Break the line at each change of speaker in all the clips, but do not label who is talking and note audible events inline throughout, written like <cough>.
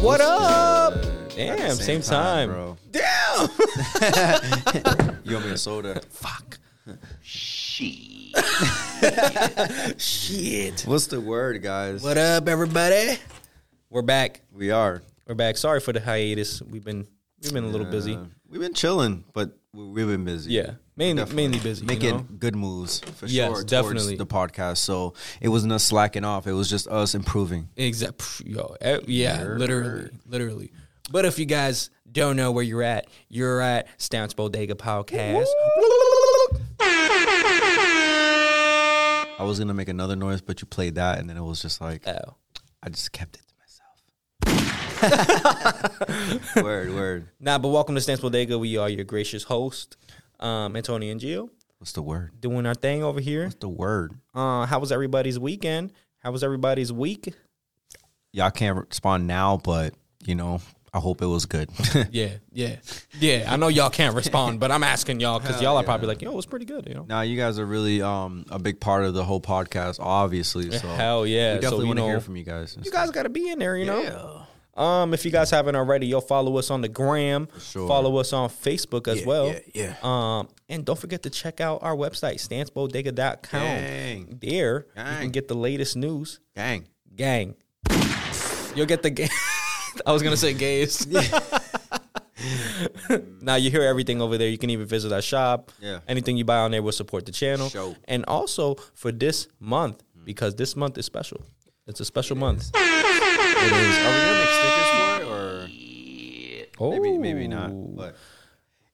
What up?
At the
Damn, same, time.
bro.
Damn. <laughs>
You owe me a soda. Fuck.
Shit.
What's the word, guys?
What up, everybody? We're back.
We are
We're back. Sorry for the hiatus. We've been we've been a little busy.
Uh, we've been chilling, but we- we've been busy.
Yeah, mainly
Definitely.
mainly busy. you
Making
know?
good moves for
Yes,
sure. towards
definitely.
the podcast. So it wasn't us slacking off. It was just us improving.
Exact. pff, Yo, eh, yeah, literally, literally. But if you guys don't know where you're at, you're at Stance Bodega Podcast.
I was gonna make another noise, but you played that, and then it was just like
Oh,
I just kept it to
<laughs>
myself. <laughs> word, word.
nah. But welcome to Stance Bodega. We are your gracious host, um, Antonio and Gio,
What's the word?
doing our thing over here.
What's the word?
Uh, how was everybody's weekend? How was everybody's week?
Y'all can't respond now, but you know, I hope it was good. <laughs>
Yeah, yeah, yeah. I know y'all can't respond, but I'm asking y'all because y'all are probably like, "Yo, it's pretty good," you know.
Now you guys are really um a big part of the whole podcast, obviously. So
Hell yeah.
we definitely
so, you
want to
know,
hear from you guys.
you guys got to be in there, you know. Um, if you guys haven't already, you'll follow us on the gram.
sure.
Follow us on Facebook as well.
yeah, yeah.
Um, and don't forget to check out our website, stancebodega.com.
Gang.
There you can
Gang.
get the latest news.
gang.
Gang. You'll get the gang. <laughs> I was gonna say
<laughs>
gays. now you hear everything over there. You can even visit our shop.
Yeah.
Anything you buy on there will support the channel.
Show. Hmm.
And also for this month, because this month is special. It's a special month.
It is. Are we gonna make stickers for it or
Oh,
maybe maybe not? But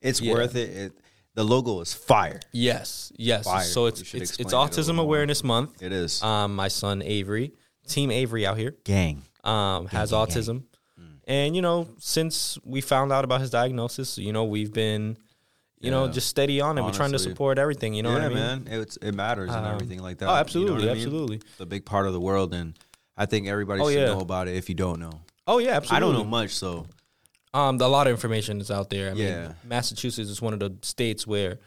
it's worth it. it. The logo is fire.
Yes, yes.
Fire.
So it's
You should
it's,
explain
it's
it a little
Autism
more.
Awareness Month.
It is
Um, my son Avery, Team Avery out here,
gang.
um, has autism,
Mm.
and you know, since we found out about his diagnosis, you know, we've been, you know, just steady on it. We're trying to
Honestly.
support everything. You know
yeah,
what I mean?
man. It's, it matters and everything like that.
oh,
You know
absolutely,
what I mean?
absolutely.
It's a big part of the world, and I think everybody
Oh,
should
yeah.
know about it. If you don't know,
Oh yeah, absolutely.
I don't know much, so
Um, a lot of information is out there. I
Yeah.
mean, Massachusetts is one of the states where,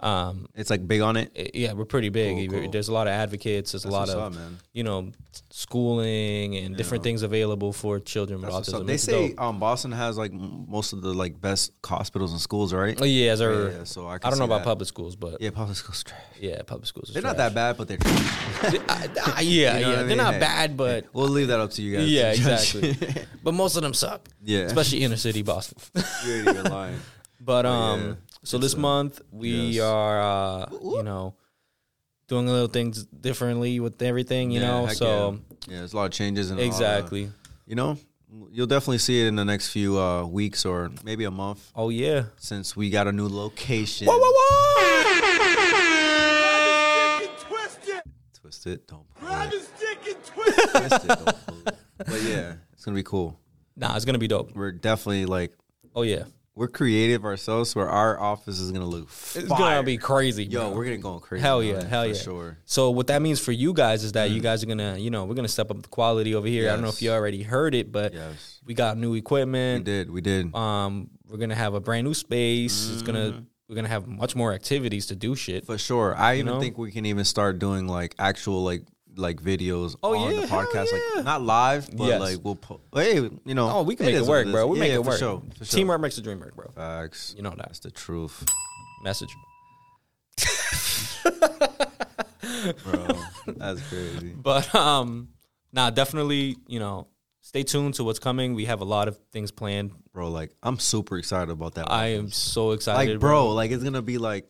um,
it's like big on it.
i- yeah, we're pretty big.
Cool, cool.
There's a lot of advocates. There's a lot
what's
of
up, man.
you know, schooling and different things available for children with autism.
So they
It's
say
dope.
um, Boston has like m- most of the like best hospitals and schools, right?
Oh, yeah, sir.
Yeah, so I
I,
can
don't know
see
about
that.
public schools, but yeah,
Yeah, public schools. trash.
public schools. is
They're not
trash.
that bad, but they're. trash.
I- I- yeah,
You know
yeah,
what I
they're
mean?
not
Hey,
bad, but
we'll leave that up to you guys.
yeah,
to judge.
exactly. but most of them suck.
Yeah.
especially inner city Boston.
<laughs> you ain't even lying.
<laughs> but um,
Oh, yeah. uh,
so this month we
yes.
are uh, you know doing little things differently with everything, <laughs> you
Yeah,
know.
heck
So
yeah. yeah, there's a lot of changes and a lot of-
exactly.
you know, you'll definitely see it in the next few uh, weeks or maybe a month
Oh yeah.
since we got a new location. Twist it, don't pull it. Twist it, don't pull it. But yeah, it's gonna be cool.
Nah, it's gonna be dope.
We're definitely like
Oh yeah,
we're creative ourselves. Where our office is gonna look fire.
it's gonna be crazy.
Yo,
bro.
we're gonna go crazy.
Hell
on
yeah,
it,
hell
for
yeah.
sure. Mm.
So what that means for you guys is that you guys are gonna, you know, we're gonna step up the quality over here. I don't know if
Yes.
you already heard it, but
Yes.
we got new
We
equipment.
did, we did.
um, we're gonna have a brand new space. It's gonna we're gonna have much more activities to do shit.
Mm-hmm. For sure. I even
know?
think we can even start doing like actual like like videos
Oh,
on
yeah,
the
hell
podcast.
yeah.
Like not live, but
Yes.
like we'll put hey, you know.
oh, we can make it
is what
work,
is.
bro. We
Yeah,
make
yeah,
it work.
For sure. For sure.
Teamwork makes the dream work, bro.
Facts.
You know that
That's the <laughs> truth.
message.
Bro, that's crazy.
But um, nah, definitely, you know, stay tuned to what's coming. We have a lot of things planned.
Bro, like I'm super excited about that.
I am so excited,
like bro, like it's gonna be like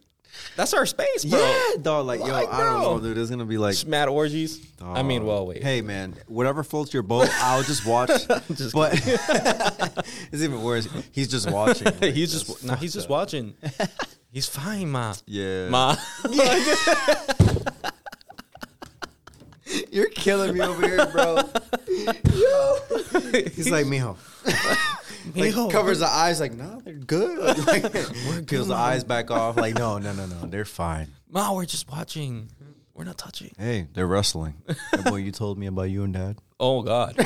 That's our space, bro.
Yeah, dog. Like, yo,
Like,
I don't
bro.
know, dude. It's gonna be like
Mad orgies. I mean,
dog.
well, wait.
Um, Hey man, whatever floats your boat,
<laughs>
I'll just watch. but <laughs> it's even worse. He's just
<laughs>
watching. like,
he's just nah, he's just
<laughs>
watching. He's fine, ma.
yeah.
Ma.
You're killing me over here, bro. <laughs> Yo. He's like, mijo. <laughs> Like,
Mijo.
covers the eyes, like, no, they're
<laughs>
good. Like, <laughs> peels the eyes back off, like, no, no, no, no, they're fine.
Ma, we're just watching. We're not touching.
Hey,
<laughs>
they're wrestling. That boy you told me about you and dad.
Oh God.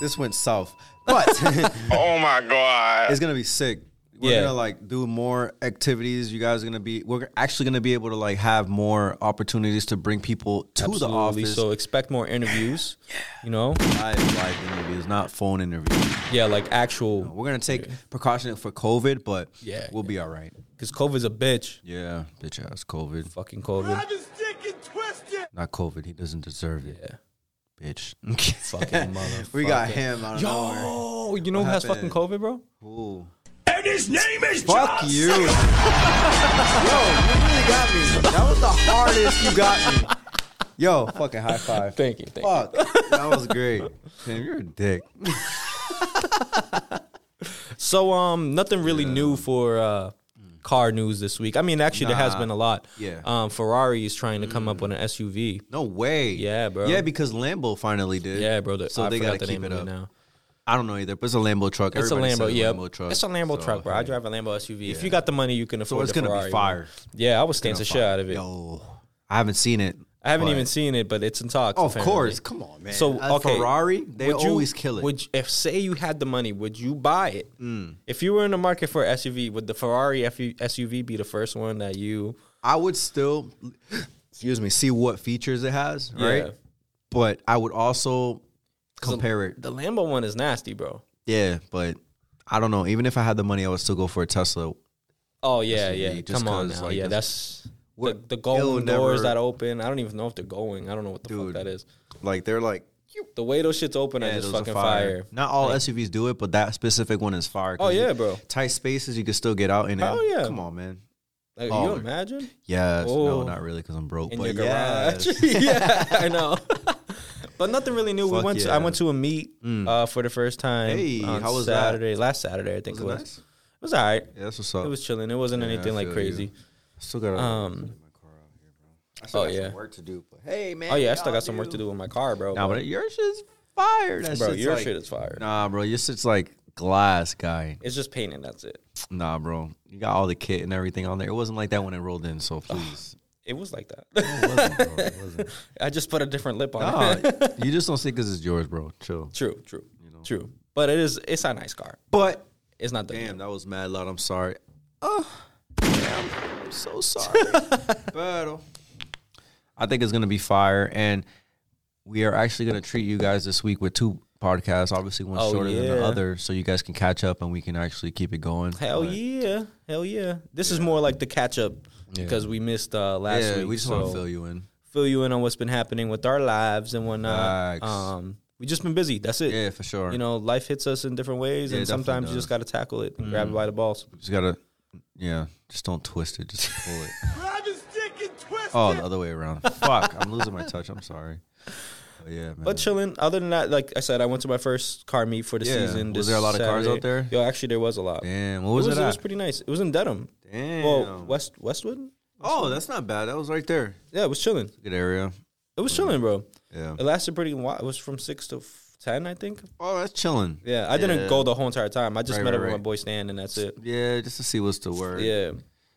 This went south, but
<laughs>
<laughs>
Oh my god.
it's gonna be sick. we're
Yeah.
gonna like do more activities. You guys are gonna be we're actually gonna be able to like have more opportunities to bring people to the
Absolutely.
office.
So expect more interviews. You know,
live, live interviews, not phone interviews.
yeah, like actual
We're gonna take precaution for COVID, but
Yeah,
we'll be all right.
because COVID's a bitch.
Yeah, bitch ass COVID,
Fucking COVID.
not COVID. He doesn't deserve it,
Yeah.
bitch. <laughs>
Fucking motherfucker.
we got him. Out of nowhere.
Yo, you know who has fucking COVID,
happened?
bro?
Ooh.
His name is
Fuck you. <laughs> Yo, you really got me. That was the hardest you got me. Yo, fucking high five.
Thank you. Thank you.
Fuck. That was great. Damn, you're a dick.
So um, nothing really new for uh, car news this week. I mean, actually, there has
Nah.
been a lot.
Yeah. Mm.
Um, Ferrari is trying to come up with an SUV.
No way.
Yeah, bro.
Yeah, because Lambo finally did.
Yeah, bro. The,
So
I
they
forgot
gotta
the
keep
name
it
of
up.
now.
I don't know either, but it's a Lambo truck.
It's a
Everybody says
Lambo, yeah.
truck.
It's a Lambo
So,
truck, bro. I drive a Lambo SUV. If you got the money, you can afford.
So it's
the
gonna
Ferrari,
be
bro.
fire.
Yeah, I would stance the shit out of it.
Yo, I haven't seen it.
I haven't
but-
even seen it, but it's in talks.
Oh, of
apparently.
course. Come on, man.
So
A
okay,
Ferrari, they
would you-
always kill it. Mm.
Would you- if say you had the money, would you buy it? If you were in the market for SUV, would the Ferrari FU SUV be the first one that you?
I would still, excuse me, see what features it has, right?
Yeah.
But I would also compare it.
The Lambo one is nasty, bro.
Yeah, but I don't know. Even if I had the money, I would still go for a Tesla.
Oh yeah,
SUV,
yeah.
just
Come on
'cause,
now,
like,
yeah. That's the, the golden
it'll
doors
never-
that open. I don't even know if they're going. I don't know what the
Dude.
fuck that is.
Like they're like,
The way those shits open
yeah,
are just
those are
fucking
fire.
fire.
Not all SUVs do it, but that specific one is fire. 'cause
Oh, yeah,
you-
bro.
Tight spaces, you can still get out in it.
Hell yeah.
Come on, man.
Like,
Oh,
you
my-
imagine
Yes, no,
Oh.
not really, because I'm broke.
in
but
your garage?
<laughs>
<laughs>
yes.
yeah, I know. <laughs> but nothing really new. we
Fuck
went. To,
yeah. Mm.
I went to a meet uh, for the first time.
Hey,
on
how was that?
Saturday? Last Saturday, I think
Was it
it was.
nice?
It was all right.
Yeah, that's what's up.
It was chilling. It wasn't
Yeah, I
anything like
feel you.
crazy.
still got.
Um,
I still
oh,
got
yeah.
some work to do. But hey, man.
oh yeah, I still got some work to do with my car, bro.
Nah, but your shit's fire. That
bro,
shit's
your
like-
shit is fire.
Nah, bro, your shit's like glass guy.
It's just painting. That's it.
Nah, bro, you got all the kit and everything on there. It wasn't like that when it rolled
<laughs>
in, so please.
It was like that. <laughs> I just put a different lip on
Nah,
it.
Uh,
<laughs>
you just don't see because it's yours, bro. Chill.
true, true, true. But it is. It's a nice car.
But
It's not the.
damn, that was mad loud. I'm sorry. Oh, damn, I'm
<laughs>
so sorry. Battle. I think it's gonna be fire, and we are actually gonna treat you guys this week with two podcasts. Obviously, one's
Oh,
shorter than the
yeah.
other, so you guys can catch up and we can actually keep it going.
Hell
But-
yeah, hell yeah. This is more like the catch up because we missed uh, last
Yeah,
week.
we just
so
want to fill you in.
fill you in on what's been happening with our lives and whatnot.
Facts.
Um, we just been busy. That's it.
Yeah, for sure.
You know, life hits us in different ways,
Yeah, it
and
definitely
sometimes you
does. Mm-hmm.
just got to tackle it and grab it by the balls.
Just gotta, yeah. Just don't twist it. Just pull it. Oh, the other way around. Fuck, I'm losing my touch. I'm sorry. But yeah, man.
But chilling. Other than that, like I said, I went to my first car meet for the
Yeah.
season.
Was
this
there a lot of cars
Saturday.
out there?
Yo, actually, there was a lot.
Damn, what was
it
it?
was, it was
at?
pretty nice. It was in Dedham.
Damn.
Well, West Westwood.
oh, that's not bad. That was right there.
Yeah, it was chilling.
Good area.
It was chilling, bro.
Mm-hmm. Yeah.
It lasted pretty while. It was from six to f- ten, I think.
Oh, that's chilling.
Yeah, I didn't
Yeah.
go the whole entire time. I just
Right,
met
right,
up with
right.
my boy Stan, and that's it.
Yeah, just to see what's the word.
Yeah,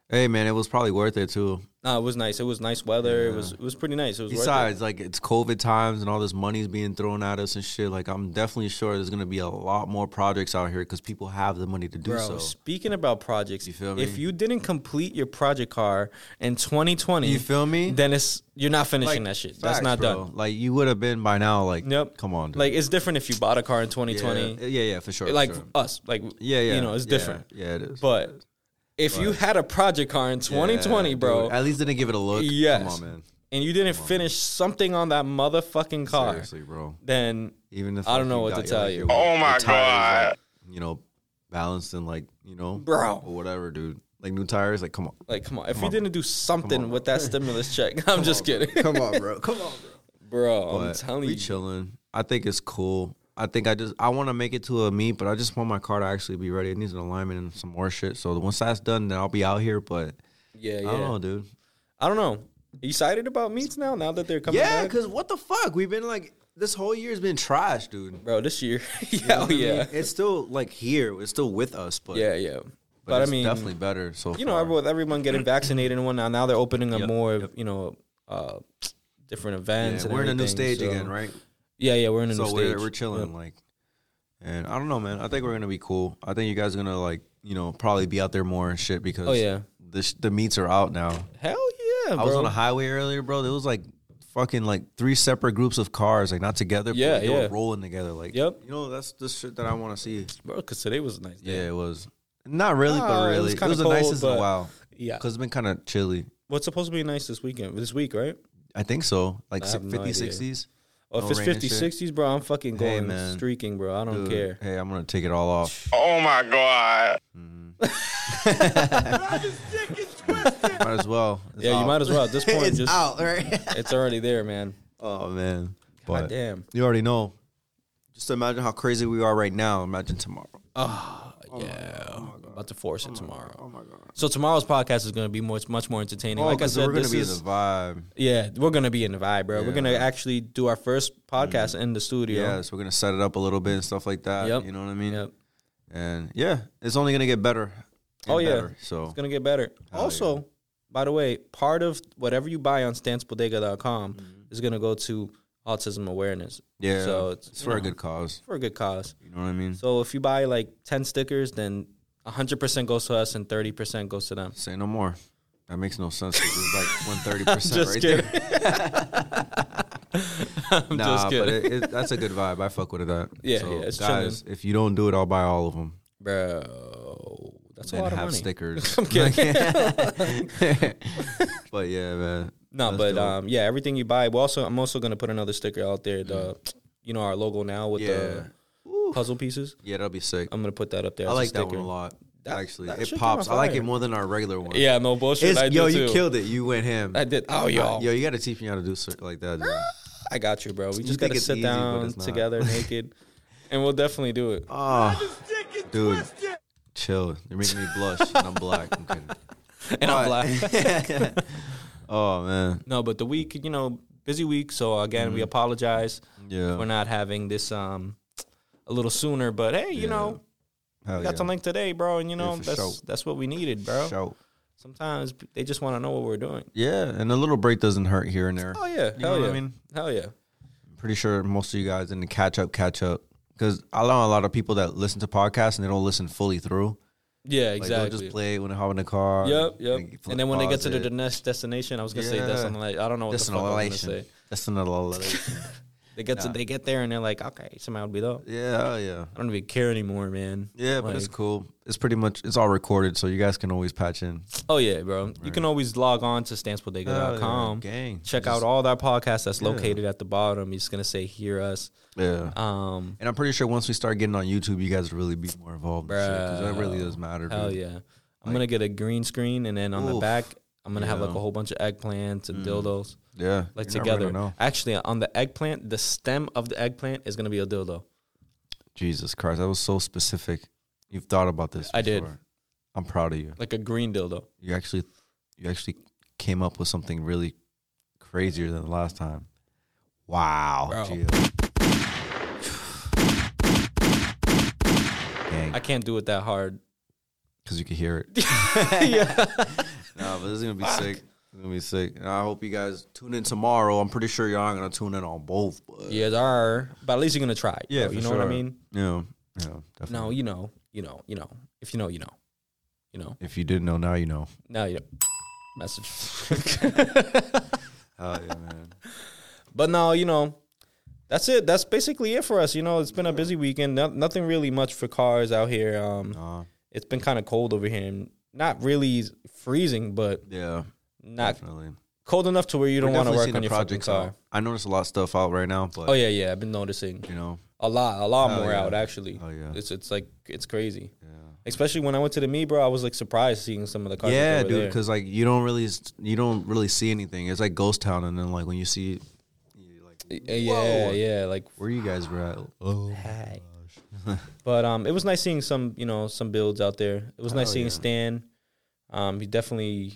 Hey, man, it was probably worth it too.
no, it was nice. It was nice weather. It was it was pretty nice. It was worth it.
Besides, like it's COVID times and all this money's being thrown at us and shit. Like I'm definitely sure there's gonna be a lot more projects out here because people have the money to do
Bro,
so.
speaking about projects, you
feel
if
me?
you didn't complete your project car in 2020,
You feel me?
Then it's you're not finishing
Like,
that shit.
facts,
That's not
bro.
done.
Like you would have been by now. Like,
Yep.
Come on, dude.
Like it's different if you bought a car in
yeah,
2020,
yeah, yeah, for sure. for
like
sure.
us, like
yeah, yeah,
you know, it's
yeah,
different.
Yeah, it is.
But if you had a project car in 2020,
Yeah,
bro,
dude, at least didn't give it a look.
Yes.
come on, man.
and you didn't finish something on that motherfucking car,
Seriously, bro.
then
Even if
I don't
like,
know
you
what to
got your,
tell
like,
you.
your-
Oh
your
my
tires,
God.
like, you know, balanced and like you know,
Bro.
or whatever, dude. Like new tires. Like, come on,
like, come on. If you didn't do something with that stimulus check, I'm just kidding,
<laughs> come on, bro, come on, bro.
bro. I'm
But
telling
we
you,
chilling. I think it's cool. I think I just I want to make it to a meet, but I just want my car to actually be ready. It needs an alignment and some more shit. So once that's done, then I'll be out here. But
yeah,
I don't know,
yeah.
dude.
I don't know. You excited about meets now? Now that they're coming
Yeah,
back?
because what the fuck? We've been like, this whole year's been trash, dude.
bro, this year. <laughs>
You
yeah,
know
oh,
what I mean?
yeah,
It's still like here. It's still with us, but
yeah, yeah. But,
but
I
it's
mean,
definitely better. So
you know,
far.
every- with everyone getting vaccinated and whatnot, now they're opening up more, you know, uh, different events.
Yeah,
and
we're in a new
everything,
stage
so-
again, right?
Yeah, yeah, we're in a
So
new
we're
stage.
we're chilling, like, and I don't know, man. I think we're gonna be cool. I think you guys are gonna like you know, probably be out there more and shit because
Oh, yeah.
the sh- the meats are out now.
Hell yeah, bro.
I was on a highway earlier, bro. It was like fucking like three separate groups of cars, like not together. but
Yeah,
they were
yeah.
rolling together. Like,
Yep.
You know, that's the shit that I want to see.
bro, because today was a nice
Yeah,
day.
it was not really,
Ah,
but
it
really,
was
it
kinda
was,
cold,
the nicest in
but-
a while.
Yeah.
because it's been kind of chilly.
What's supposed to be nice this weekend? This week, right?
I think so, like
I
si-
have
50s,
no idea.
60s.
Oh,
No
if it's
rain and
50,
shit.
60s, bro, I'm fucking
Hey,
going
man.
streaking, bro. I don't
Dude,
care.
Hey, I'm gonna take it all off.
<laughs>
Oh my God.
might as well. It's
yeah,
out.
you might as well <laughs> at this point.
it's
just
out, right?
it's already there, <laughs> man.
<laughs> oh man,
God
but
damn.
you already know. Just imagine how crazy we are right now. Imagine tomorrow. Oh
yeah, about to force it tomorrow. oh my god! So tomorrow's podcast is going to be more, much more entertaining. Oh, like I
Oh, 'cause
said,
we're gonna
this
be
is
in the vibe.
yeah, we're going to be in the vibe, bro. We're
Yeah.
going to actually do our first podcast in the studio.
Yeah, so we're gonna set it up a little bit and stuff like that.
Yep.
You know what I mean?
Yep.
And yeah, it's only gonna get better. and
Oh, yeah.
better, so
It's going to get better. also, by the way, part of whatever you buy on stansbodega.com is going to go to autism awareness.
Mm-hmm. yeah,
So
it's,
it's, you
for a
know,
good cause.
for a good cause.
You know what I mean?
So if you buy like 10 stickers, then 100% goes to us and 30% goes to them. <laughs>
Say no more. That makes no sense. 'cause It's like one thirty percent
Just
right
kidding.
<laughs>
<laughs>
there.
I'm
Nah,
just
but
kidding.
it, it, that's a good vibe. I fuck with that.
Yeah,
So,
yeah, it's
guys, if you don't do it, I'll buy all of them.
Bro, that's a
and
lot of
have
money. <laughs>
stickers.
I'm kidding. <laughs>
<laughs> but yeah, man.
no,
That's
but
dope.
um, yeah, everything you buy. We also, I'm also gonna put another sticker out there. The, you know, our logo now with
Mm. yeah,
the puzzle pieces.
yeah, that'll be sick.
I'm gonna put that up there.
I
as a
like that
sticker.
one a lot. actually,
that shit
it
came
pops.
out
I like it
fire.
more than our regular one.
Yeah, no bullshit.
It's-
I do
yo, you
too.
killed it. You went him.
I did. Oh, yo,
Yo, you got to teach me how to do shit like that. Dude.
<laughs> I got you, bro. We just
think
gotta
it's
sit
easy, but
down
it's not. <laughs>
together naked, and we'll definitely do it.
Oh, dude, chill. You're making me blush. and I'm black. I'm kidding.
<laughs> and I'm black.
<laughs> Oh man,
<laughs> No, but the week, you know, busy week. So again,
Mm.
we apologize
yeah.
for not having this um a little sooner. But hey, you
Yeah.
know,
Hell
we got
yeah.
something today, bro, and you know
for
that's
sure.
that's what we needed, bro.
Shout.
Sometimes they just want to know what we're doing.
Yeah, and a little break doesn't hurt here and there.
Oh yeah,
You know
hell
what
yeah,
I mean?
hell yeah.
pretty sure most of you guys in the catch up, catch up. Because I know a lot of people that listen to podcasts and they don't listen fully through.
Yeah,
Like
exactly.
they'll just play it when they hop in the car.
Yep,
they
yep.
flip
And then when they get to
pause
the,
it.
the next destination, I was gonna
Yeah.
say destination. I don't know what the fuck I was gonna
destination,
say. <laughs>
destination.
They get to, they get there and they're like, okay, somebody will be though.
yeah, oh, yeah,
I don't even care anymore, man.
yeah. But it's
Like-
cool. It's pretty much it's all recorded, so you guys can always patch in.
Oh yeah, bro. You can always log on to
Oh,
stansbodega.com.
gang.
Check out all that podcast that's located at the bottom. It's gonna say hear us.
Yeah.
Um,
and I'm pretty sure once we start getting on YouTube, you guys will really be more involved. Because that really
Bro.
does matter.
hell
dude.
yeah. I'm gonna get a green screen and then on the
Oof.
back I'm gonna have like
Yeah.
a whole bunch of eggplants and dildos.
Yeah.
Like
You're not really gonna
together.
know.
Actually on the eggplant, the stem of the eggplant is gonna be a dildo.
Jesus Christ, that was so specific. You've thought about this.
I did.
before. I'm proud of you.
Like a green dildo.
you actually you actually came up with something really crazier than the last time. Wow.
Bro. I can't do it that hard.
<laughs> Because you can hear
<laughs>
it. No, but this is gonna be sick. It's gonna be sick. And I hope you guys tune in tomorrow. I'm pretty sure y'all gonna tune in on both. But
Yeah, there are. But at least you're gonna try. it,
Yeah,
bro. you
for
know what I
sure.
mean?
yeah, yeah, definitely.
No, you know, you know, you know. If you know, you know. You know.
If you didn't know, now you know.
No, you don't. Message. <laughs>
Oh yeah, man.
but no, you know, that's it. That's basically it for us. You know, it's been a busy weekend. No, nothing really much for cars out here. Um,
<laughs> Nah.
It's been kind of cold over here. and Not really freezing, but
yeah,
not
definitely.
cold enough to where you don't want to
Definitely
work
seeing
on
the
your fucking
projects out.
car.
I noticed a lot of stuff out right now, but
Oh yeah, yeah. I've been noticing
you know,
a lot, a lot
Hell
more
yeah.
out actually.
Oh, yeah.
It's it's like it's crazy.
yeah.
Especially when I went to the me, bro. I was like surprised seeing some of the cars.
yeah,
that were
dude,
there.
because like you don't really you don't really see anything. It's like ghost town, and then like when you see, you like
Uh, yeah,
Whoa.
yeah. Like
where you guys were at. Oh,
Hey. <laughs> but um, it was nice seeing some, you know, some builds out there. It was nice
Hell
seeing
yeah.
Stan. Um, he definitely,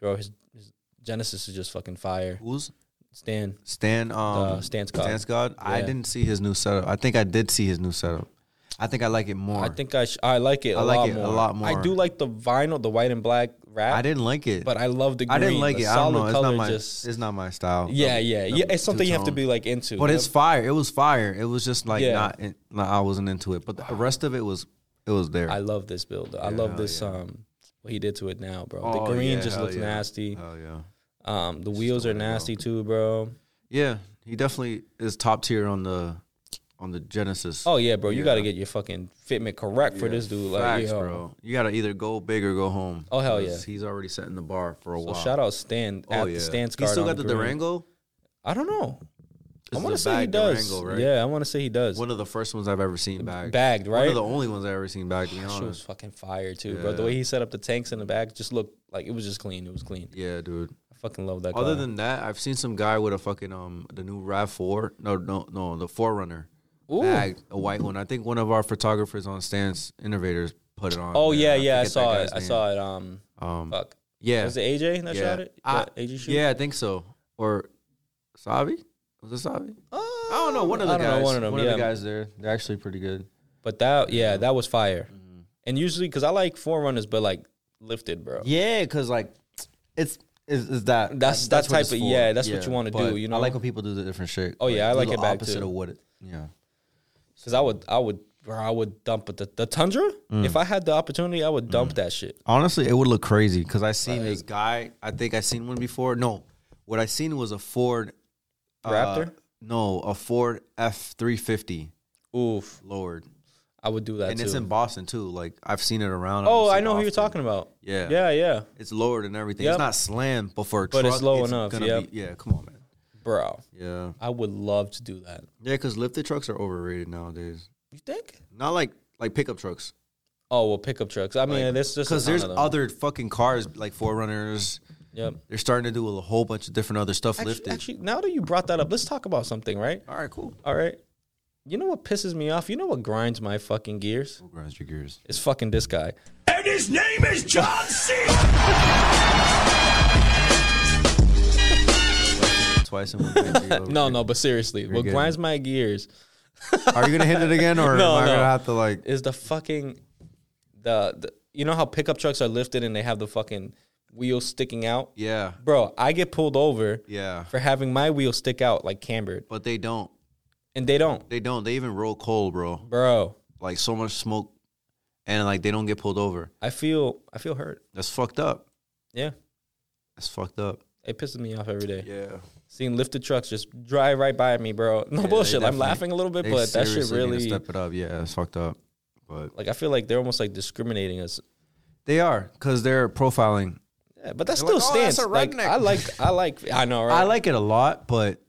bro, his, his Genesis is just fucking fire.
who's
Stan,
Stan? Um,
uh, Stan's God.
Stan Scott. I
Yeah.
didn't see his new setup. I think I did see his new setup. I think I like it more.
I think I sh- I like it. a
I like
lot
it a
more.
lot
I
more.
do like the vinyl, the white and black wrap.
I didn't like it.
but I love the. Green.
I didn't like
the
it. I don't
Solid
know. It's
color
not my.
just.
it's not my style.
yeah,
The-
yeah,
the
yeah. It's something you have to
two-tone.
be like into.
But
Yep.
it's fire. It was fire. It was just like
Yeah.
not. In, no, I wasn't into it. But the rest of it was It was there. Oh,
I love this build. I
Yeah,
love
hell
this
yeah.
um what he did to it now, bro.
Oh,
the green
yeah,
just
hell
looks
yeah.
nasty.
Hell yeah.
Um the wheels are
wanna go.
nasty too, bro.
Yeah, he definitely is top tier on the on the Genesis.
Oh yeah, bro. You
Yeah.
got to get your fucking fitment correct for
Yeah,
this dude. Like,
facts,
yo.
bro. You gotta either go big or go home.
Oh, hell
'Cause
yeah.
He's already setting the bar for a
So
while.
shout out Stan
Oh
at
yeah,
the Stan's
he
card
still
on
got the
green.
Durango.
I don't know.
This
I
is
want
a
to say he
bagged
does.
Durango, right?
Yeah, I want to say he does.
One of the first ones I've ever seen bagged.
Bagged,
One
right?
of the only ones I've ever seen bagged. To be
That shit was
honest.
fucking fire too, bro. The
Yeah.
way he set up the tanks in the back just looked like it was just clean. It was clean.
Yeah, dude.
I fucking love that.
Other
car.
than that, I've seen some guy with a fucking um the new Rav Four. No, no, no, the Forerunner.
Ooh.
Bagged a white one. I think one of our photographers on Stance Innovators put it on.
oh
man.
yeah, yeah, I,
forget that
saw it.
guy's
I
name.
saw it. Um,
Um,
fuck.
yeah,
Was it AJ that
Yeah.
shot it?
I-
That AJ shoot.
yeah, I think so. Or Savi? Was it Savi?
Oh,
I don't know. One of the
I don't
guys.
Know, one of them. yeah.
the guys there. They're actually pretty good.
But that, yeah, that was fire.
Mm-hmm.
And usually, because I like forerunners, but like lifted, bro.
Yeah, because like it's is, is that
That's- that
what
type
it's
of-
for.
yeah, that's what you wanna do,
but
you
I
know?
like when people do the different shit.
Oh, yeah, I
do
like
the
it back,
Opposite
too.
of what it. Yeah.
Because I would, I would, bro, I would dump it. The, the tundra.
Mm.
If I had the opportunity, I would dump that shit.
Honestly, it would look crazy because I seen this guy. I think I seen one before. No, what I seen was a Ford uh,
Raptor?
no, a Ford F three fifty
Oof,
Lord,
I would do that
and
too.
it's in Boston too. Like I've seen it around.
oh,
I've
I
seen
know
it
who you're
often.
talking about.
Yeah,
Yeah, yeah,
It's lowered and everything.
Yep.
It's not slam, but for a
But
truck,
it's low enough,
gonna
yeah.
be- yeah, come on, man.
bro.
Yeah,
I would love to do that.
yeah, because lifted trucks are overrated nowadays.
You think?
Not like like pickup trucks.
Oh well, pickup trucks. I mean, this just
Because there's other fucking cars like Forerunners.
Yep.
They're starting to do a whole bunch of different other stuff
Actually,
lifted.
actually, now that you brought that up, let's talk about something, right?
All right, cool.
All right. You know what pisses me off? You know what grinds my fucking gears?
Grinds your gears.
It's fucking this guy.
And his name is John C.
Twice in one
<laughs>
night.
No, no, but seriously, what
good.
grinds my gears
Are you gonna hit it again,
<laughs>
or
No,
am I
no.
gonna have to like?
is the fucking the, the you know how pickup trucks are lifted and they have the fucking wheels sticking out?
Yeah,
Bro, I get pulled over
yeah.
for having my wheel stick out like cambered.
But they don't.
And they don't.
They don't. They even roll coal, bro.
Bro,
Like so much smoke, and like they don't get pulled over.
I feel I feel hurt.
That's fucked up.
Yeah.
That's fucked up.
It pisses me off every day.
Yeah.
Seeing lifted trucks just drive right by me, bro. <laughs> No bullshit. I'm
definitely-
laughing a little bit,
They
but that shit
seriously need to
really
step it up. Yeah, it's fucked up. But
like I feel like they're almost like discriminating us.
they are because they're profiling.
Yeah, but that
They're
still
like, "Oh, that's
stands.
a
like
redneck."
I like I like I know right.
<laughs> I like it a lot, but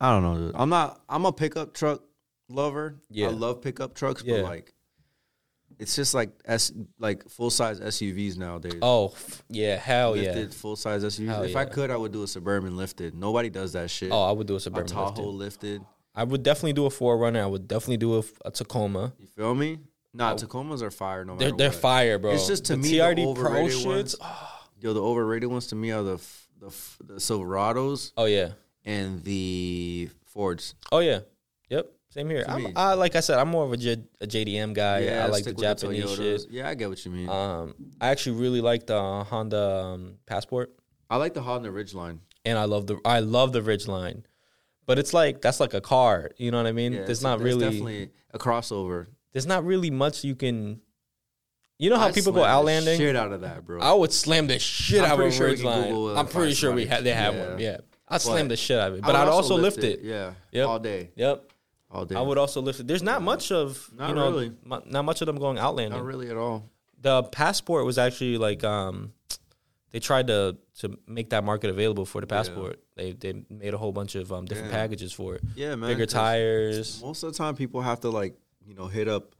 I don't know. Dude. I'm not. I'm a pickup truck lover.
Yeah.
I love pickup trucks,
Yeah.
but like, it's just like s like full size SUVs nowadays.
oh f- yeah, hell yeah.
lifted full size SUVs.
Hell
if I
yeah.
could, I would do a suburban lifted. Nobody does that shit.
Oh, I would do a
a
suburban.
Tahoe
lifted.
lifted.
I would definitely do a forerunner. I would definitely do a, a Tacoma.
You feel me? Nah, Tacomas are fire. No
Oh. They're
matter
they're
what.
fire, bro.
It's just to
the
me, the
TRD Pro
overrated ones-
shits. oh.
Yo, the overrated ones to me are the f- the, f- the Silverados
Oh yeah,
and the Fords.
oh yeah, yep. Same here. I'm,
me.
I like I said, I'm more of a, J, a JDM guy. I like the
stick with
Japanese
Toyotas.
shit.
Yeah, I get what you mean.
Um, I actually really like the uh, Honda um, Passport,
I like the Honda Ridgeline.
and I love the I love the Ridgeline, but it's like that's like a car. You know what I mean?
Yeah,
there's not
There's
really
definitely a crossover.
there's not really much you can. You know how
I
people go
slammed the
outlanding?
Shit out of that, bro.
I would slam the shit
I'm
out of a
pretty sure we can Google
Ridgeline.
it
I'm
if
pretty
I
sure we
tried.
had they have one.
Yeah.
Yeah, I'd slam
But
the shit out of it,
I
but
would
I'd also lift it.
Yeah,
Yep.
all day,
Yep.
all day.
I would also lift it. There's not much of
Not
you know,
really.
mu- not much of them going outlanding.
not really at all.
The passport was actually like um, they tried to to make that market available for the passport. They they made a whole bunch of um, different packages for it.
Yeah, man,
Bigger
'cause
tires.
Most of the time, people have to like you know hit up.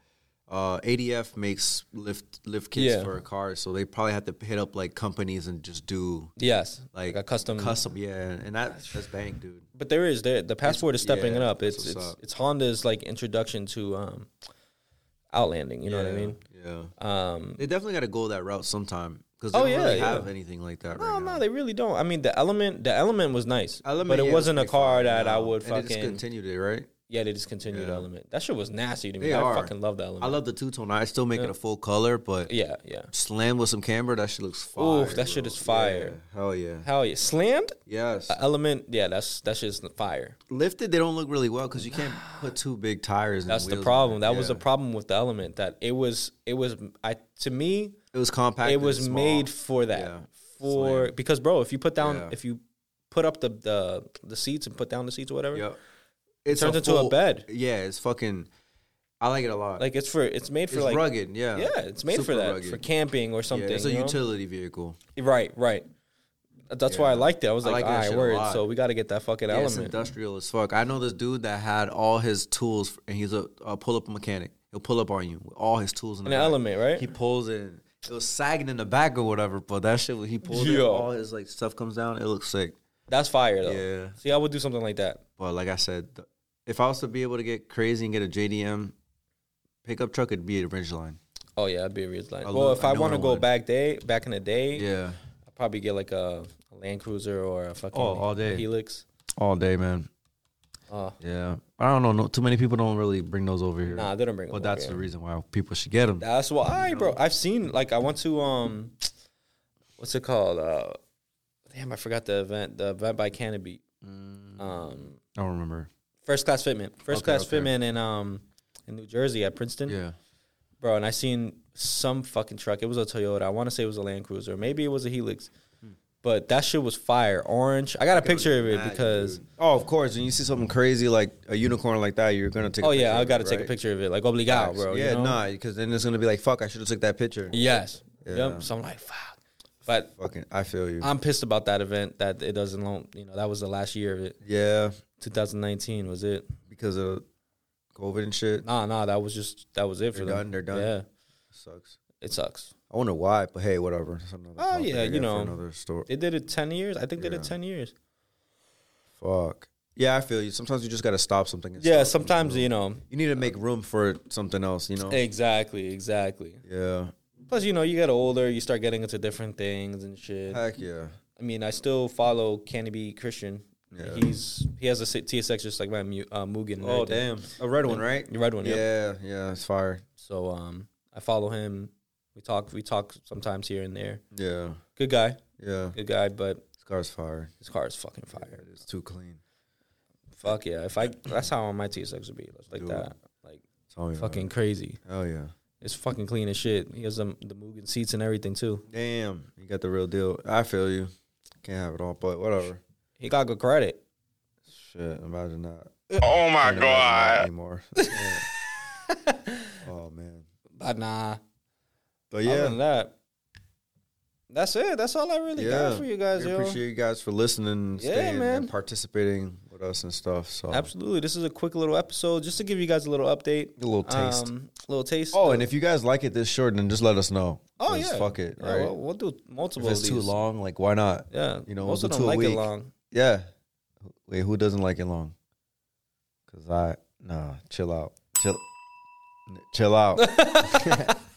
Uh, ADF makes lift lift kits
Yeah.
for a car, so they probably have to hit up like companies and just do
Yes,
like,
a custom.
custom. Yeah, and that that's bank, dude.
But there is there the passport is stepping
yeah,
it up.
that's
It's
what's
it's
up.
it's Honda's like introduction to um, outlanding. You know what I mean?
Yeah,
Um,
they definitely got to go that route sometime because they
Oh,
don't
yeah,
really
yeah.
have anything like that
no,
right now.
no, they really don't. I mean, the element the element was nice,
Element,
but
yeah,
it
was
wasn't a
pretty
car
fire,
that
no.
I would
And they
fucking.
discontinued it, right?
Yeah, they discontinued the
Yeah.
element. That shit was nasty to me.
They
I
are.
fucking love that element.
I love the two tone. I still make it a full color, but
yeah, yeah.
slam with some camber. That shit looks fire.
Oof, that shit
bro.
is fire.
Yeah, hell yeah.
Hell yeah. Slammed?
Yes.
Element, yeah, that's that's just fire.
Lifted, they don't look really well because you can't put two big tires. And
That's the
wheels on
problem.
it.
That was
Yeah.
the problem with the element that it was it was I to me
It was compact.
it
and
was
small.
made for that
Yeah.
for because bro if you put down
Yeah.
if you put up the, the the seats and put down the seats or whatever
Yep. It
turns into a bed.
Yeah, it's fucking. I like it a lot.
like it's for it's made for
it's
like
rugged. Yeah.
yeah it's made for
Super
that
rugged.
for camping or
Yeah,
something
it's a
you know?
utility vehicle.
right right that's why I liked it I was
I
like,
like that
all
shit
right
a
word
lot.
so we got to get that fucking
Yeah, it's
element
industrial as fuck. I know this dude that had all his tools, f- and he's a, a pull up mechanic. He'll pull up on you with all his tools in the
an
back.
element right
He pulls it. It was sagging in the back or whatever, but that shit when he pulled it,
Yeah.
all his like stuff comes down. It looks sick.
that's fire though
Yeah.
see I would do something like that
But like I said, th- if I was to be able to get crazy and get a JDM pickup truck, it'd be a Ridgeline.
oh yeah I'd be a ridge line
I
well
love-
if
I
I
know
want
I
to go
would.
back day back in the day
Yeah,
I'd probably get like a, a Land Cruiser or a fucking
Oh, all day.
Helix
all day, man.
uh,
Yeah, I don't know. No, too many people don't really bring those over here.
nah they don't bring
but
them
that's
over
the
here.
reason why people should get them.
That's why, bro. I've seen like I went to um, what's it called? Uh, damn, I forgot the event. The event by Canopy. Um,
I don't remember.
first class fitment. First
Mm. Okay,
class
okay.
fitment in um, in New Jersey at Princeton,
Yeah,
bro. And I seen some fucking truck. It was a Toyota. I want to say it was a Land Cruiser. Maybe it was a Helix.
Hmm.
But that shit was fire, orange. I got a picture of it because
oh, of course, when you see something crazy like a unicorn like that, you're gonna take.
oh yeah, I got to take a picture of it, like obligado, bro. you
Yeah,
know?
nah, because then it's gonna be like, fuck, I should have took that picture.
Yes.
Yeah.
Yep. So I'm like, fuck. But
Fucking, I feel you.
I'm pissed about that event that it doesn't loan. You know, that was the last year of it.
yeah,
2019 was it?
because of COVID and shit,
Nah, nah. That was just that was it for
They're
them.
done, they're done.
Yeah,
sucks.
it sucks.
I wonder why, but hey, whatever. That's another
Oh,
topic,
yeah,
I
you
guess, for
know.
another story.
They did it 10 years. I think they
Yeah.
did 10 years.
Fuck. Yeah, I feel you. Sometimes you just gotta stop something. and
Yeah. Uh,
stop.
Sometimes you know.
you need to make room for something else. You know.
Exactly. Exactly.
Yeah.
Plus, you know, you get older, you start getting into different things and shit.
Heck yeah.
I mean, I still follow Canopy Christian.
Yeah.
He's he has a si- TSX just like my Mu- uh, Mugen. and
Oh
everything.
damn, a red one, right?
The red one, yep.
Yeah, yeah, it's fire.
So um, I follow him. We talk. We talk sometimes here and there.
Yeah,
Good guy.
yeah,
Good guy, but
this car's fire.
his car is fucking fire.
It's too clean.
Fuck yeah! If I that's how my TSX would be like
Dude.
that, like
Tell me about
fucking crazy.
it. Oh, Hell yeah.
It's fucking clean as shit. He has them the Mugen seats and everything too.
Damn, you got the real deal. I feel you. Can't have it all, but whatever.
He got good credit.
Shit, imagine that.
Oh my
Can't imagine that
god.
Anymore. Yeah.
<laughs>
oh man.
But nah,
But
other
yeah,
than that, that's it. That's all I really
yeah.
got for you guys,
we
yo.
appreciate you guys for listening, and
Yeah,
staying,
man.
and participating with us and stuff. So
Absolutely, this is a quick little episode just to give you guys a little update,
A little taste.
um, little taste.
Oh, and if you guys like it this short, then just let us know.
oh
'Cause
yeah,
Fuck it.
Yeah,
right?
we'll, we'll do multiple.
if it's
of
too
these.
long, like why not?
yeah,
you know, we'll
most
do
of them
two a
like it
week.
long.
Yeah. Wait, who doesn't like it long? Cause I nah, chill out, chill, n- chill out.
<laughs>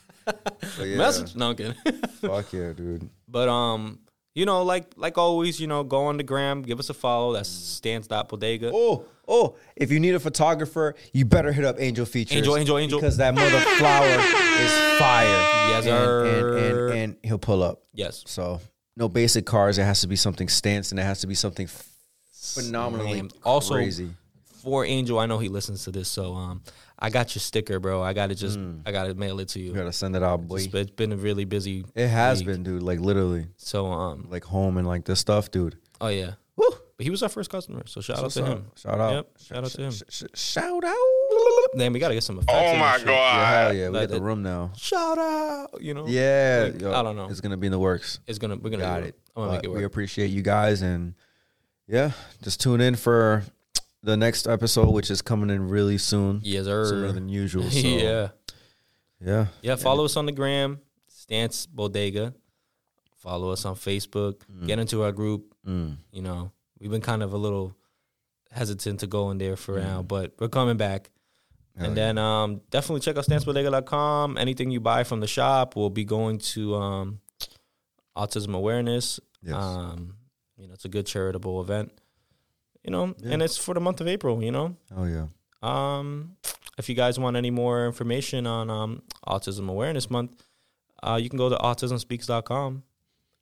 But yeah,
Message, no, I'm kidding. <laughs>
Fuck yeah, dude.
But um, you know, like like always, you know, go on the gram, give us a follow. That's Stan's dot bodega.
Oh, oh! If you need a photographer, you better hit up Angel Features.
Angel, Angel, Angel.
because that mother flower is fire. Yes,
sir.
And, and, and, and he'll pull up.
Yes,
So no basic cars. It has to be something stance, and it has to be something phenomenally
Slammed. Also-
crazy.
for Angel, I know he listens to this, so um, I got your sticker, bro. I gotta just, I gotta mail it to
Mm. You
you.
gotta send it out, boy.
It's been- it's been a really busy.
It has
week.
been, dude. Like literally,
So um,
like home and like this stuff, dude.
oh yeah,
Woo!
but he was our first customer, so shout out to
What's up?
him.
Shout out.
Hmm. Yep, shout out to him.
Sh- sh- shout out.
Then we gotta get some effects. in
Oh
this
my
shit.
Yeah,
god.
hell yeah. We
Like
got the
that-
room now.
Shout out, you know.
Yeah.
Like,
yo,
I don't know.
It's gonna be in the works.
It's gonna we're gonna
Got
do
it.
I'm gonna
But
make it
We
work.
appreciate you guys and yeah, just tune in for the next episode, which is coming in really soon.
Yes, sir.
Sooner than
<laughs>
usual. So,
yeah.
Yeah.
Yeah, follow us on the gram, Stance Bodega. Follow us on Facebook.
Mm.
Get into our group. You know, we've been kind of a little hesitant to go in there for now, but we're coming back. and then um, definitely check out stancebodega.com. Anything you buy from the shop will be going to um, autism awareness.
Yes.
Um, you know, it's a good charitable event. You know, and it's for the month of April. You know,
Oh yeah.
Um, if you guys want any more information on um, Autism Awareness Month, uh, you can go to autismspeaks.com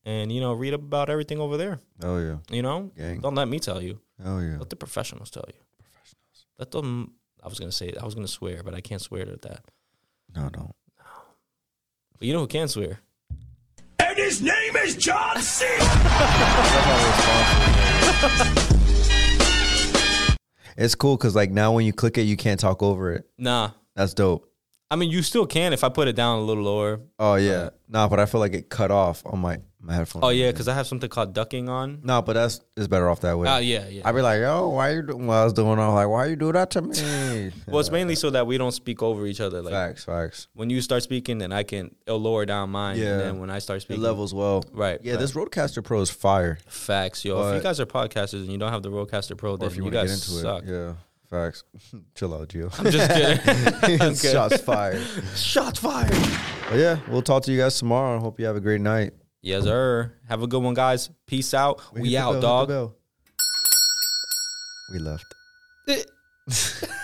and, you know, read about everything over there.
Oh yeah.
You know,
Gang.
don't let me tell you.
Oh yeah.
Let the professionals tell you. Professionals. Let them. I was gonna say I was gonna swear, but I can't swear to that.
No, no.
But you know who can swear?
And his name is John C.
It's cool because like now when you click it, you can't talk over it.
Nah.
That's dope.
I mean, you still can if I put it down a little lower.
Oh yeah. Nah, but I feel like it cut off on my my headphone.
Oh yeah, because I have something called ducking on.
Nah, but that's it's better off that way.
Oh yeah, yeah.
I'd be like, yo, why you doing? Well, I was doing. I'm like, why you do that
<laughs>
to me?
well, it's mainly so that we don't speak over each other. Like
facts, facts.
when you start speaking, then I can it'll lower down mine.
Yeah.
And then when I start
It
speaking,
levels well.
Right, Oh,
Yeah,
right.
this Roadcaster Pro is fire.
facts, yo. if
But-
you guys are podcasters and you don't have the Rodecaster Pro,
Or
then
if you,
you,
want to
guys
get into
suck.
it, yeah, facts. <laughs> Chill out, Gio. <laughs>
I'm <laughs> just kidding. Okay.
Shots fired.
Shots fired.
But yeah, we'll talk to you guys tomorrow. I hope you have a great night.
Yes, sir. Have a good one, guys. Peace out.
Hit
We
the
out,
bell, hit the
dog.
bell. We left.